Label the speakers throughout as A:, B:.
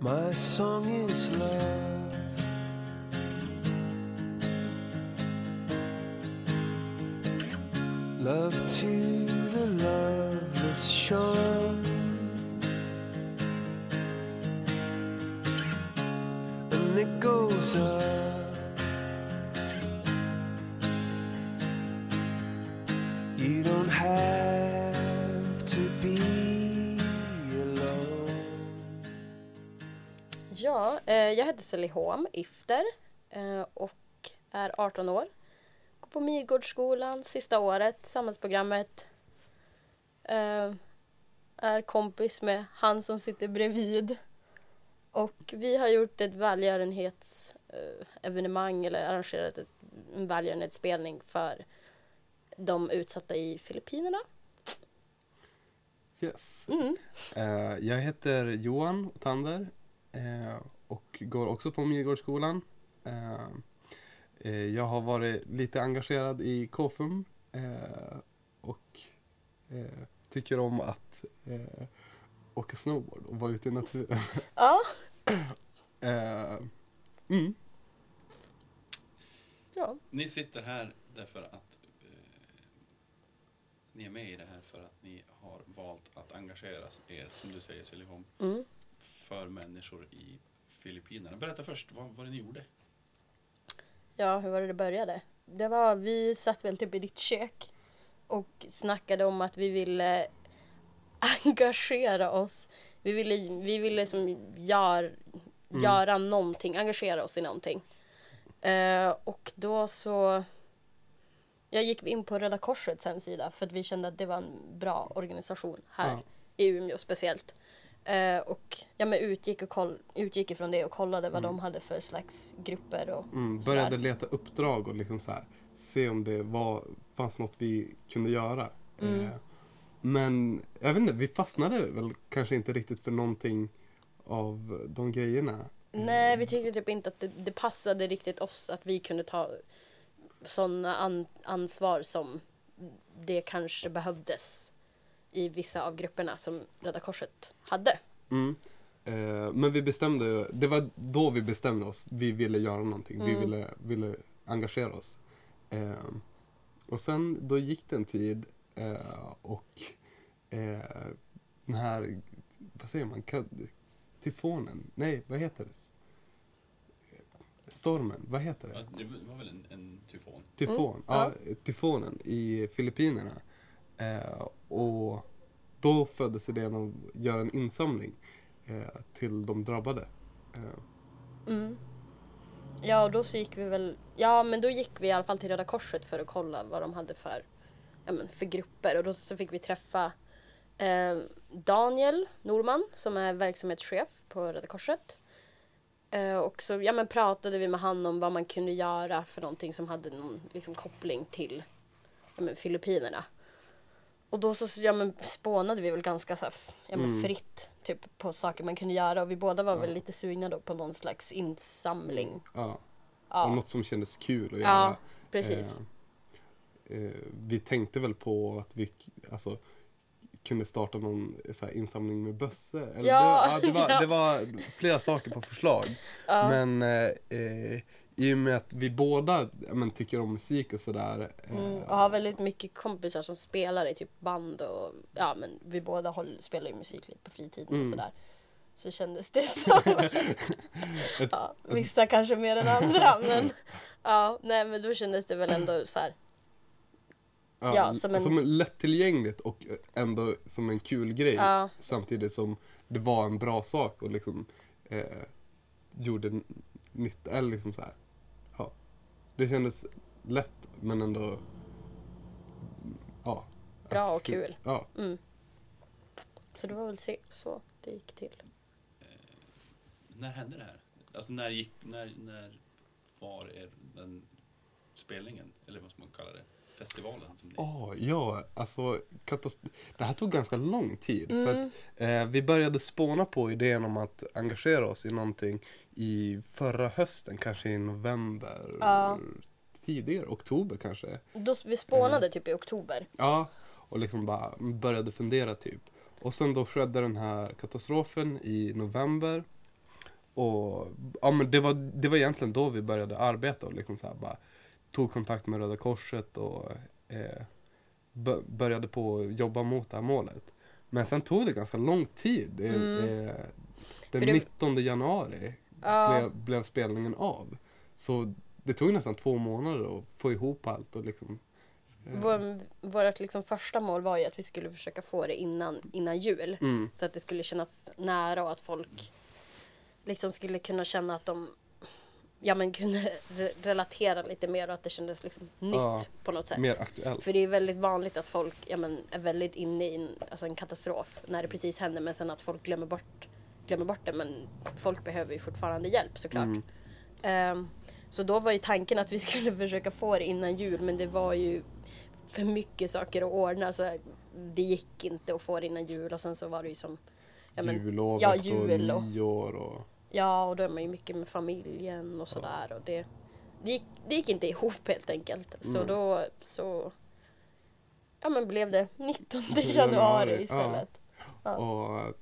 A: My song is love. Love to the loveless shore. And it goes up. You don't have to be alone.
B: Ja, eh, jag heter Sally Holm Ifter eh, och är 18 år. Går på Midgårdsskolan sista året, samhällsprogrammet. Eh, är kompis med han som sitter bredvid. Och vi har gjort ett välgörenhetsevenemang eller arrangerat ett, en välgörenhetsspelning för de utsatta i Filippinerna.
C: Yes.
B: Mm.
C: Eh, jag heter Johan Tander eh, och går också på Midgårdsskolan. Eh, eh, jag har varit lite engagerad i KFUM eh, och eh, tycker om att eh, åka snowboard och vara ute i naturen.
B: Ja,
C: Eh, mm.
B: ja,
D: Ni sitter här därför att eh, ni är med i det här för att ni har valt att engagera er, som du säger Siljeholm,
B: mm.
D: för människor i Filippinerna. Berätta först, vad var det ni gjorde?
B: Ja, hur var det det började? Det var, vi satt väl typ i ditt kök och snackade om att vi ville engagera oss. Vi ville, vi ville liksom gör,
C: Mm.
B: göra någonting, engagera oss i någonting. Eh, och då så jag gick in på Röda Korsets hemsida för att vi kände att det var en bra organisation här
C: Ja.
B: i Umeå speciellt. Eh, och ja, men utgick, och koll, utgick ifrån det och kollade vad de hade för slags grupper och
C: Mm,
B: sådär.
C: började leta uppdrag och liksom så här, se om det var, fanns något vi kunde göra. Eh, men jag vet inte, vi fastnade väl kanske inte riktigt för någonting av de grejerna.
B: Nej, vi tyckte typ inte att det, det passade riktigt oss att vi kunde ta sådana an, ansvar som det kanske behövdes i vissa av grupperna som Röda Korset hade.
C: Mm. Eh, men vi bestämde, det var då vi bestämde oss. Vi ville göra någonting, vi ville, ville engagera oss. Eh, och sen då gick det en tid eh, och eh, den här, vad säger man, Kad- tyfonen, nej vad heter det? Stormen, vad heter
D: Ja,
C: det?
D: det var väl en, en tyfon?
C: Tyfon,
B: Mm,
C: ja, tyfonen i Filippinerna. Eh, och då föddes idén att göra en insamling eh, till de drabbade. Eh,
B: Mm. Ja, och då så gick vi väl... Ja, men då gick vi i alla fall till Röda Korset för att kolla vad de hade för, ja, men för grupper. Och då så fick vi träffa eh, Daniel Norman som är verksamhetschef på Röda Korset. Eh, och så ja, men pratade vi med han om vad man kunde göra för någonting som hade någon liksom, koppling till ja, men Filippinerna. Och då så ja, men spånade vi väl ganska så här, f- ja, men
C: Mm.
B: fritt typ, på saker man kunde göra och vi båda var väl lite sugna då på någon slags insamling.
C: ja, Och
B: Ja,
C: något som kändes kul att göra.
B: ja precis.
C: Eh, eh, vi tänkte väl på att vi k- alltså, kunde starta någon eh, så här, insamling med bössor. Eller
B: Ja,
C: det, var,
B: ja.
C: det, var, det var flera saker på förslag.
B: Ja.
C: Men eh, eh, i och med att vi båda ja, men, tycker om musik och sådär. Eh,
B: Mm, och har väldigt mycket kompisar som spelar i typ band och ja men vi båda håll, spelar ju musik lite på fritiden och
C: Mm.
B: sådär. Så kändes det som. ja, vissa kanske mer än andra men ja, nej men då kändes det väl ändå så här.
C: Ja,
B: Ja,
C: l-
B: som
C: som,
B: en-
C: lättillgängligt och eh, ändå som en kul grej.
B: Ja.
C: Samtidigt som det var en bra sak och liksom eh, gjorde n- nytta. Eller liksom så här. Ja. Det kändes lätt men ändå ja,
B: Bra
C: att
B: och
C: skulle-
B: kul.
C: Ja.
B: Så det var väl se- så det gick till.
D: När hände det här? Alltså när gick, när, när var er den spelningen, eller vad ska man kalla det, festivalen? Som ni...
C: Åh, ja, alltså katast- det här tog ganska lång tid. För att, eh, vi började spåna på idén om att engagera oss i någonting i förra hösten, kanske i november,
B: Ja.
C: tidigare, oktober kanske.
B: Då, s- vi
C: Mm.
B: spånade typ i oktober.
C: Ja, och liksom bara började fundera typ. Och sen då skedde den här katastrofen i november. Och ja, men det, var, det var egentligen då vi började arbeta och liksom så här, bara tog kontakt med Röda Korset och eh, bö- började på att jobba mot det här målet. Men sen tog det ganska lång tid. Det-
B: Mm.
C: eh,
B: För
C: Den
B: det-
C: 19 januari
B: Ja,
C: blev, blev spelningen av. Så det tog nästan två månader att få ihop allt och liksom eh,
B: vår, vårt liksom första mål var ju att vi skulle försöka få det innan, innan jul.
C: mm,
B: Så att det skulle kännas nära och att folk liksom skulle kunna känna att de ja, men kunde re- relatera lite mer och att det kändes liksom nytt
C: Ja,
B: på något sätt.
C: mer aktuellt.
B: För det är väldigt vanligt att folk ja, men, är väldigt inne i en, alltså en katastrof när det precis händer men sen att folk glömmer bort, glömmer bort det. Men folk behöver ju fortfarande hjälp såklart.
C: Mm.
B: Ehm, så då var ju tanken att vi skulle försöka få det innan jul men det var ju för mycket saker att ordna så det gick inte att få det innan jul och sen så var det ju som ja, men,
C: Jullovet
B: ja, jul
C: och
B: och-
C: nyår och
B: ja och då är man ju mycket med familjen och sådär och det, det, gick, det gick inte ihop helt enkelt så
C: Mm.
B: då så ja men blev det 19
C: Januari,
B: januari istället. Ja.
C: Och eh,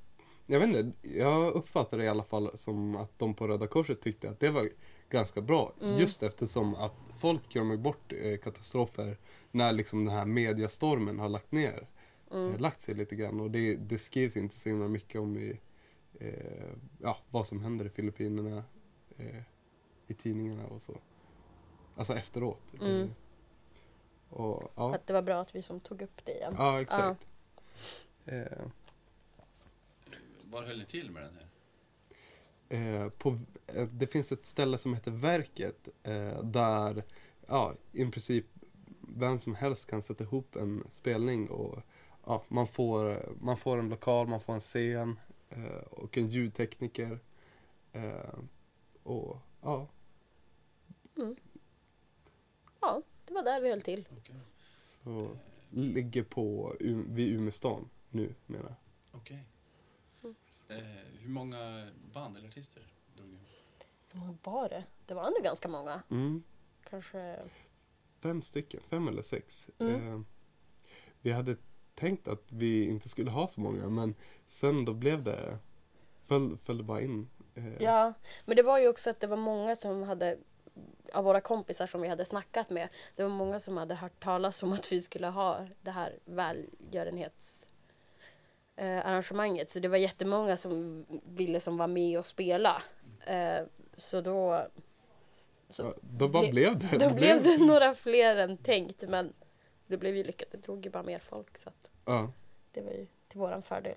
C: jag vet inte, jag uppfattade det i alla fall som att de på Röda Korset tyckte att det var ganska bra.
B: Mm.
C: Just eftersom att folk glömmer bort eh, katastrofer när liksom den här mediastormen har lagt ner.
B: Mm.
C: Eh, lagt sig lite grann och det, det skrivs inte så himla mycket om i, eh, ja, vad som händer i Filippinerna eh, i tidningarna och så. Alltså efteråt.
B: Mm.
C: Eh, Och, ja.
B: Att det var bra att vi som tog upp det igen.
C: ja, exakt. Eh,
D: Var höll ni till med den här?
C: eh, på, eh, det finns ett ställe som heter Verket eh, där ja, i princip vem som helst kan sätta ihop en spelning och ja, man, får, man får en lokal, man får en scen eh, och en ljudtekniker. Eh, och ja,
B: Ja, det var där vi höll till.
D: Okej.
C: så ligger på U- vid Umestan nu menar jag.
D: Okej. Eh, hur många band eller artister drog ni ihop?
B: Hur många var det? Det var ändå ganska många.
C: Mm.
B: Kanske
C: fem stycken, fem eller sex.
B: Mm.
C: Eh, vi hade tänkt att vi inte skulle ha så många men sen då blev det, föll, föll det bara in. Eh,
B: Ja, men det var ju också att det var många som hade av våra kompisar som vi hade snackat med. Det var många som hade hört talas om att vi skulle ha det här välgörenhets eh, arrangemanget. Så det var jättemånga som ville som var med och spela. Eh, så då,
C: så då bara
B: ble-
C: blev det.
B: då blev det några fler än tänkt. Men det blev ju lyckat. Det drog ju bara mer folk. Så att
C: Ja,
B: det var ju till våran fördel.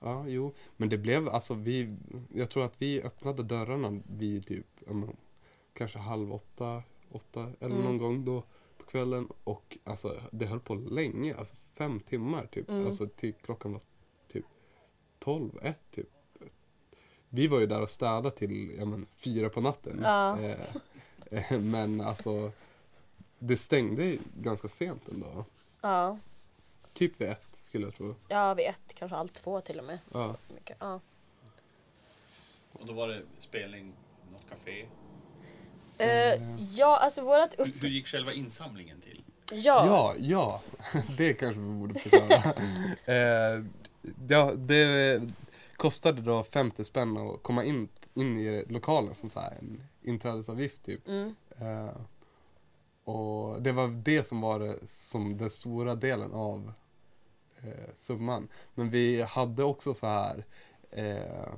C: ja, jo. Men det blev, alltså vi, jag tror att vi öppnade dörrarna vid typ, ja, men, kanske halv åtta, åtta eller
B: Mm.
C: någon gång då på kvällen och alltså det höll på länge, alltså fem timmar typ.
B: Mm.
C: Alltså till klockan var typ tolv, ett typ. Vi var ju där och städade till ja, men, fyra på natten.
B: Ja.
C: Eh, eh, men alltså det stängde ganska sent ändå.
B: Ja,
C: Typ vid ett skulle jag tro.
B: ja vid ett, kanske halv två till och med.
C: Ja.
B: Mycket, ja.
D: Och då var det spelning, något café.
B: Eh, ja, alltså vårat upp...
D: Hur, hur gick själva insamlingen till?
B: Ja.
C: Ja, ja. Det kanske vi borde förklara. eh, ja, det kostade då 50 spänn att komma in, in i lokalen som så här en inträdesavgift typ.
B: Mm.
C: Eh, och det var det som var det, som den stora delen av eh, summan. Men vi hade också så här eh,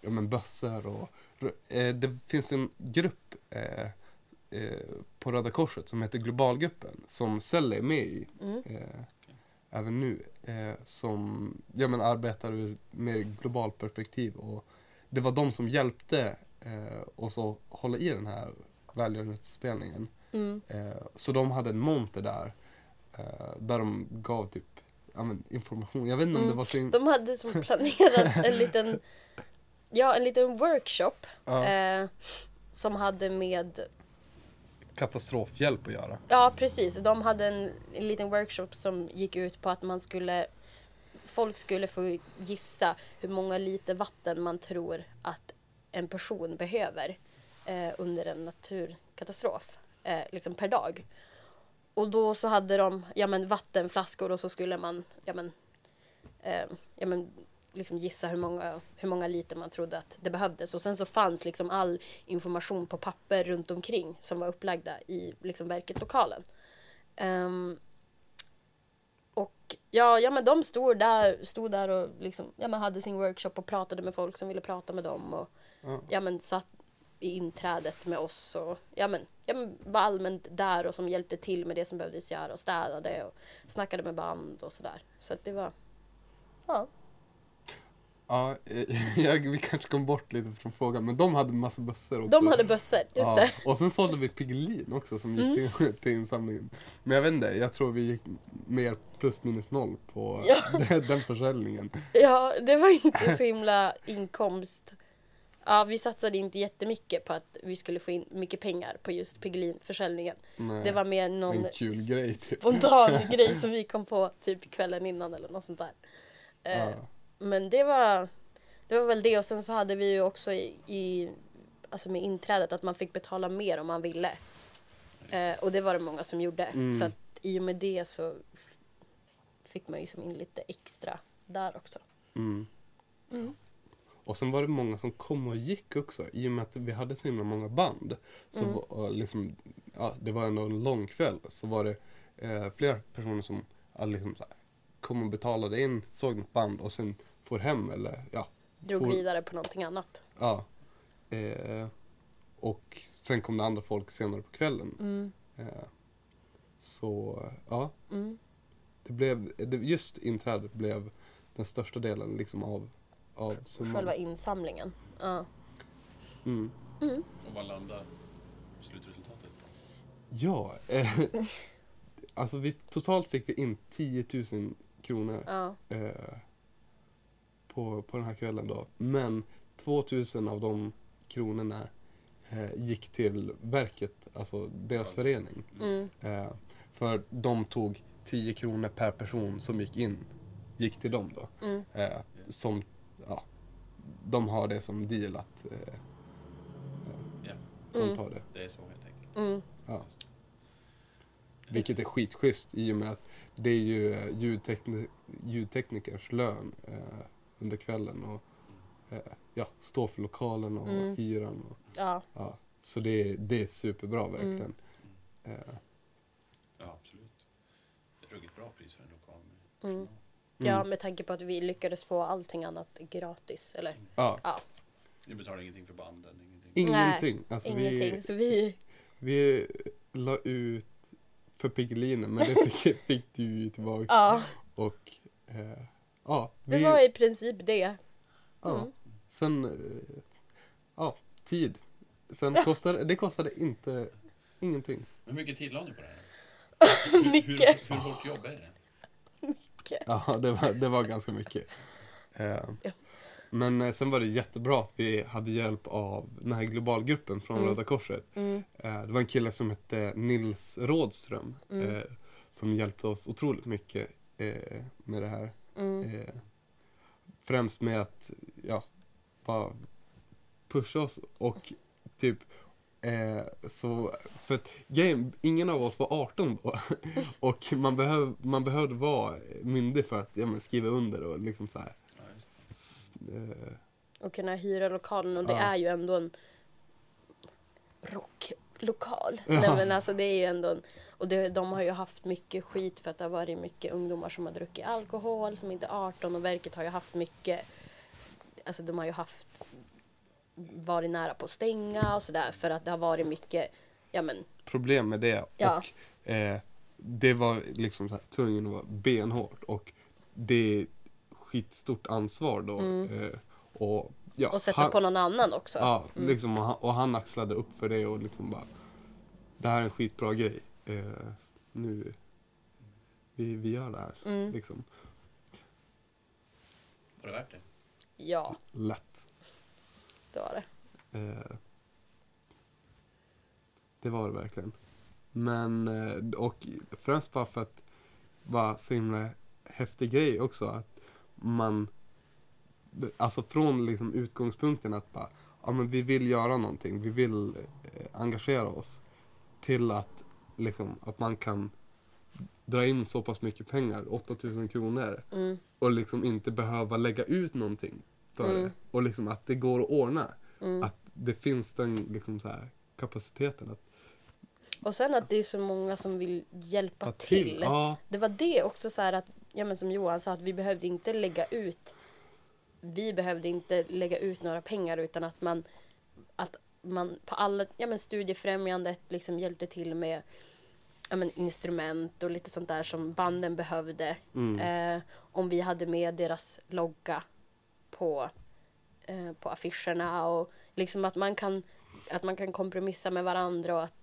C: ja, men bössor och eh, det finns en grupp eh, eh, på Röda Korset som heter Globalgruppen som Selle är med i
B: Mm.
C: eh, även nu eh, som ja, men arbetar ur- med globalt perspektiv och det var de som hjälpte eh, oss att hålla i den här välgörenhetsspelningen.
B: Mm.
C: Eh, så de hade en monter där eh, där de gav typ ja, men information. Jag vet inte om
B: Mm,
C: det var så in...
B: De hade som planerat en liten, ja, en liten workshop
C: ja,
B: eh, som hade med,
C: katastrofhjälp att göra.
B: ja precis, de hade en, en liten workshop som gick ut på att man skulle, folk skulle få gissa hur många liter vatten man tror att en person behöver eh, under en naturkatastrof, eh, liksom per dag. Och då så hade de ja, men vattenflaskor och så skulle man ja, men, eh, ja, men, liksom gissa hur många, hur många liter man trodde att det behövdes. Och sen så fanns liksom all information på papper runt omkring som var upplagda i liksom verket-lokalen. Ehm, och ja, ja men de stod där, stod där och liksom, ja, men hade sin workshop och pratade med folk som ville prata med dem. Och,
C: Ja.
B: ja, men satt i inträdet med oss och ja, men, ja, men var allmänt där och som hjälpte till med det som behövdes göra och städade och snackade med band och sådär. Så att det var... Ja.
C: Ja, eh, jag, vi kanske kom bort lite från frågan, men de hade massa bössor också.
B: De hade bössor, just
C: ja.
B: det. Mm.
C: Och sen sålde vi Piggelin också som gick till, till insamlingen. Men jag vet inte, jag tror vi gick mer plus minus noll på
B: Ja.
C: den, den försäljningen.
B: Ja, det var inte så himla inkomst. Ja, vi satsade inte jättemycket på att vi skulle få in mycket pengar på just Piggelinförsäljningen.
C: Nej.
B: Det var mer någon
C: en kul grej, typ.
B: spontan grej som vi kom på typ kvällen innan eller något sånt där. Eh,
C: Ja.
B: Men det var, det var väl det. Och sen så hade vi ju också i, i alltså med inträdet att man fick betala mer om man ville. Eh, och det var det många som gjorde.
C: Mm.
B: Så att i och med det så f- fick man ju som in lite extra där också.
C: Mm.
B: Mm.
C: Och sen var det många som kom och gick också. I och med att vi hade så himla många band. Så
B: Mm.
C: var, och liksom, ja, det var ändå en lång kväll. Så var det eh, flera personer som ja, liksom, så här, kom och betalade in, såg något band och sen får hem eller ja.
B: Drog
C: får,
B: vidare på någonting annat.
C: Ja. Eh, och sen kom det andra folk senare på kvällen.
B: Mm.
C: Eh, så ja,
B: Mm.
C: det blev, det, just inträdet blev den största delen liksom av, av summan.
B: Själva insamlingen. Ja.
C: Mm.
D: Och vad landar slutresultatet på?
C: Ja, eh, alltså vi, totalt fick vi in 10 000 kronor
B: Ja.
C: eh, på, på den här kvällen då. Men 2 000 av de kronorna eh, gick till verket, alltså deras
D: Ja.
C: förening.
B: Mm.
C: Eh, för de tog 10 kronor per person som gick in, gick till dem då.
B: Mm.
C: Eh, som, ja, de har det som deal att eh,
D: Ja,
C: de
B: Mm.
C: tar det.
D: det är så helt enkelt.
B: Mm.
C: Ja. Vilket är skitschysst i och med att det är ju eh, ljudtekni- ljudteknikers lön eh, under kvällen och eh, ja, stå för lokalen och
B: Mm.
C: hyran. Och,
B: Ja.
C: ja. Så det är, det är superbra
B: Mm.
C: verkligen. Eh,
D: Ja, absolut. Ett ruggigt bra pris för en lokal med
B: Mm.
D: personal.
B: ja, med tanke på att vi lyckades få allting annat gratis. Eller
C: ja.
B: ja,
D: Ni betalar ingenting för banden, ingenting.
C: Ingenting. Alltså,
B: ingenting.
C: Vi,
B: Så vi
C: vi la ut för Piggelinen men det fick, fick du ju tillbaka.
B: Ja,
C: Och eh, ja,
B: det
C: vi,
B: var i princip det.
C: ja.
B: mm.
C: sen eh, ja, tid. Sen kostade, det kostade inte ingenting.
D: Hur mycket tid la ni på det här?
B: Mycket.
D: Hur, hur hårt jobb är det?
C: Ja, det var, det var ganska mycket. Eh, Men eh, sen var det jättebra att vi hade hjälp av den här globalgruppen från Röda Korset.
B: Mm.
C: Eh, Det var en kille som hette Nils Rådström eh, som hjälpte oss otroligt mycket eh, med det här.
B: Mm.
C: Eh, Främst med att ja, bara pusha oss och typ Eh, så, för att, grejen, ingen av oss var 18 då. Och man, behöv, man behövde vara myndig för att ja, men, skriva under och liksom så här.
D: Ja, just det.
C: S- Eh,
B: Och kunna hyra lokalen och det
C: Ja.
B: är ju ändå en rocklokal.
C: Ja.
B: Nej men alltså det är ju ändå en, och det, de har ju haft mycket skit för att det har varit mycket ungdomar som har druckit alkohol som inte är 18 och verket har ju haft mycket, alltså de har ju haft varit nära på att stänga och sådär för att det har varit mycket, ja men
C: problem med det.
B: Ja.
C: Och, eh, det var liksom så här, tvungen att vara benhårt. Och det är skitstort ansvar då. Eh, och, ja,
B: Mm. och sätta
C: han-
B: på någon annan också.
C: Ja, liksom, och, han, och han axlade upp för det och liksom bara Det här är en skitbra grej. Eh, nu vi, vi gör det här.
B: Mm.
C: Liksom.
D: Var det värt det?
B: Ja,
C: Lätt.
B: det var det.
C: Eh, det var det verkligen. Men, eh, och främst bara för att vara så himla häftig grej också att man, alltså från liksom utgångspunkten att bara, ja men vi vill göra någonting, vi vill eh, engagera oss till att liksom, att man kan dra in så pass mycket pengar, 8000 kronor,
B: Mm.
C: och liksom inte behöva lägga ut någonting för
B: Mm.
C: det. Och liksom att det går att ordna.
B: Mm.
C: Att det finns den liksom så här kapaciteten att
B: Och sen att det är så många som vill hjälpa
C: ta
B: till.
C: till. Ja,
B: Det var det också så här att, ja men som Johan sa, att vi behövde inte lägga ut, vi behövde inte lägga ut några pengar utan att man, att man på alla, ja men studiefrämjandet liksom hjälpte till med ja men instrument och lite sånt där som banden behövde.
C: Mm.
B: Eh, om vi hade med deras logga på, eh, på affischerna och liksom att man kan att man kan kompromissa med varandra och att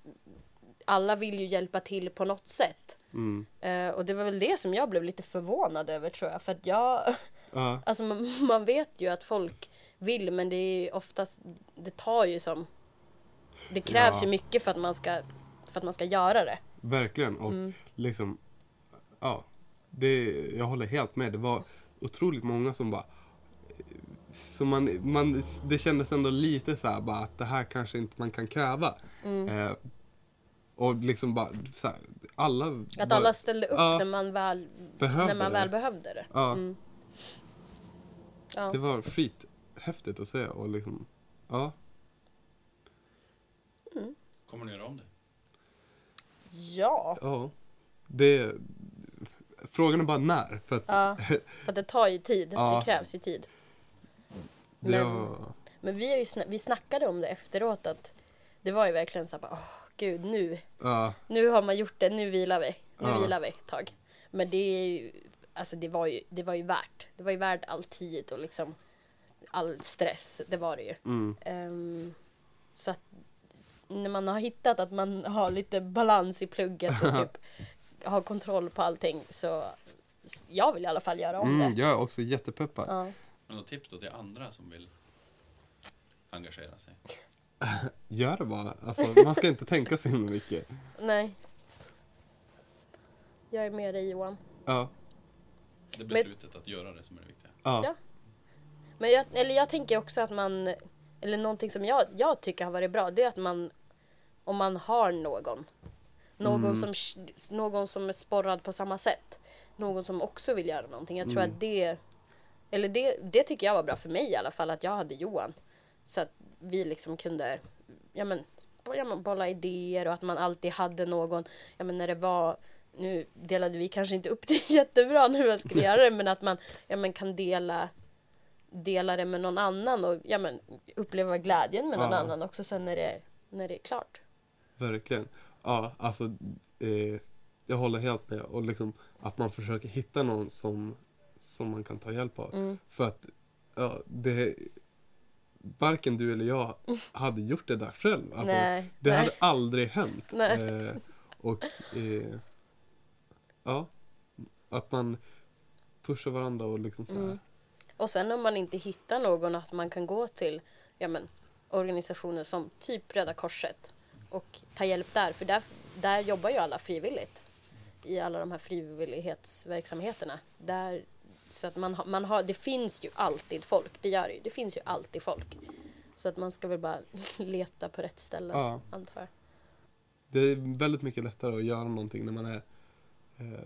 B: alla vill ju hjälpa till på något sätt.
C: mm,
B: Eh, och det var väl det som jag blev lite förvånad över tror jag. För att jag,
C: ja,
B: alltså man, man vet ju att folk vill men det är ju oftast, det tar ju som, det krävs
C: Ja.
B: ju mycket för att man ska, för att man ska göra det.
C: verkligen. Och
B: Mm.
C: liksom, ja, det, jag håller helt med. Det var otroligt många som bara så man, man, det kändes ändå lite så här bara att det här kanske inte man kan kräva.
B: Mm.
C: Eh, och liksom bara så här, alla...
B: Att
C: bara-
B: alla ställde upp
C: Ja.
B: när man väl
C: Behövde
B: när man
C: det.
B: väl behövde det.
C: Ja,
B: Ja.
C: det var skithäftigt att se och liksom, ja.
D: Kommer ni göra om det?
B: ja.
C: Ja. Det... Frågan är bara när. För att
B: Ja, för att det tar ju tid.
C: Ja.
B: Det krävs ju tid.
C: det
B: men-
C: var...
B: Men vi, har ju sna- vi snackade om det efteråt att det var ju verkligen så här bara, åh gud nu,
C: Ja,
B: nu har man gjort det, nu vilar vi. Nu
C: Ja.
B: vilar vi ett tag. Men det är ju, alltså det var ju, det var ju värt. Det var ju värt all tid och liksom all stress, det var det ju.
C: mm,
B: Ehm, så att när man har hittat att man har lite balans i plugget och typ har kontroll på allting så så jag vill i alla fall göra om
C: mm,
B: det.
C: jag är också jättepeppad.
B: Ja.
D: Men något tips då till andra som vill engagera sig?
C: Gör det bara. Alltså, man ska inte tänka så himla mycket.
B: Nej. Jag är med dig Johan.
C: Ja,
D: Det är beslutet att göra det som är det viktiga.
C: ja,
B: Ja. Men jag, eller jag tänker också att man, eller någonting som jag, jag tycker har varit bra, det är att man, om man har någon, någon, som, någon som är sporrad på samma sätt, någon som också vill göra någonting. Jag tror att det, eller det, det tycker jag var bra för mig i alla fall, att jag hade Johan. Så att vi liksom kunde, ja men, bo- ja, men bolla idéer och att man alltid hade någon, ja men när det var nu delade vi kanske inte upp det jättebra när man skulle göra det, men att man ja, men kan dela dela det med någon annan och ja, men, uppleva glädjen med någon
C: Ja.
B: annan också sen när det, när det är klart.
C: verkligen. Ja, alltså, eh, jag håller helt med. Och liksom att man försöker hitta någon som, som man kan ta hjälp av.
B: Mm.
C: För att, ja, det... Varken du eller jag hade gjort det där själv. Alltså,
B: Nej,
C: det
B: nej.
C: hade aldrig hänt.
B: Nej.
C: Eh, och eh, ja, att man pushar varandra och liksom så här.
B: Mm. Och sen om man inte hittar någon att man kan gå till ja, men, organisationer som typ Röda Korset och ta hjälp där, för där, där jobbar ju alla frivilligt i alla de här frivillighetsverksamheterna. Där, så att man, har- man har, det finns ju alltid folk, det gör det ju. Det finns ju alltid folk. Så att man ska väl bara leta på rätt ställe,
C: Ja.
B: antar jag.
C: Det är väldigt mycket lättare att göra någonting när man är eh,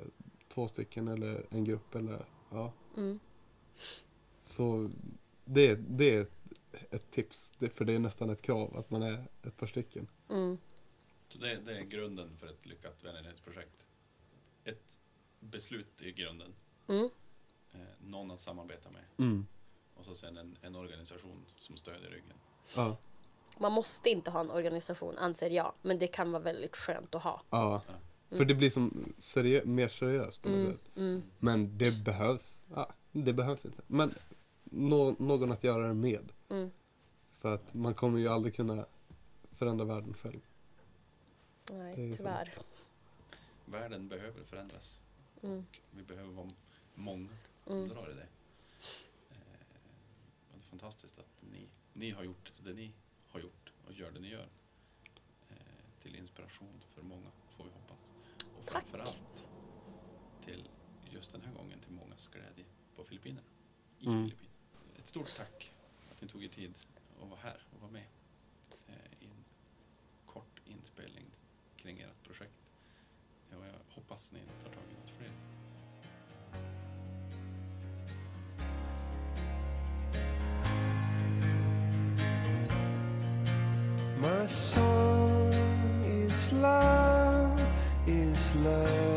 C: två stycken eller en grupp eller ja.
B: Mm.
C: Så det, det är ett tips, det, för det är nästan ett krav att man är ett par stycken.
B: Mm.
D: Så det, det är grunden för ett lyckat vänlighetsprojekt. Ett beslut är grunden.
B: Mm.
D: Eh, någon att samarbeta med. Och så sen en, en organisation som stödjer ryggen.
C: Ja,
B: Man måste inte ha en organisation anser jag, men det kan vara väldigt skönt att ha.
C: ja. För det blir som seriö- mer seriöst på något sätt.
B: Mm.
C: Men det behövs. Ja, det behövs inte. Men nå- någon att göra det med.
B: Mm.
C: För att man kommer ju aldrig kunna förändra världen själv. Det är
B: Nej,
C: ju
B: tyvärr.
D: Världen behöver förändras.
B: Mm.
D: Och vi behöver vara många som
B: Mm.
D: drar i det. Eh, och det är fantastiskt att ni, ni har gjort det ni har gjort och gör det ni gör. Eh, till inspiration för många, får vi hoppas. Och
B: Tack.
D: framförallt till just den här gången till mångas glädje på Filippinerna. I
C: Mm.
D: Filippinerna. Ett stort tack att ni tog er tid att vara här och vara med eh, i en kort inspelning kring ert projekt. Och jag hoppas hoppas ni tar tag i något fler.
A: My song is love, is love.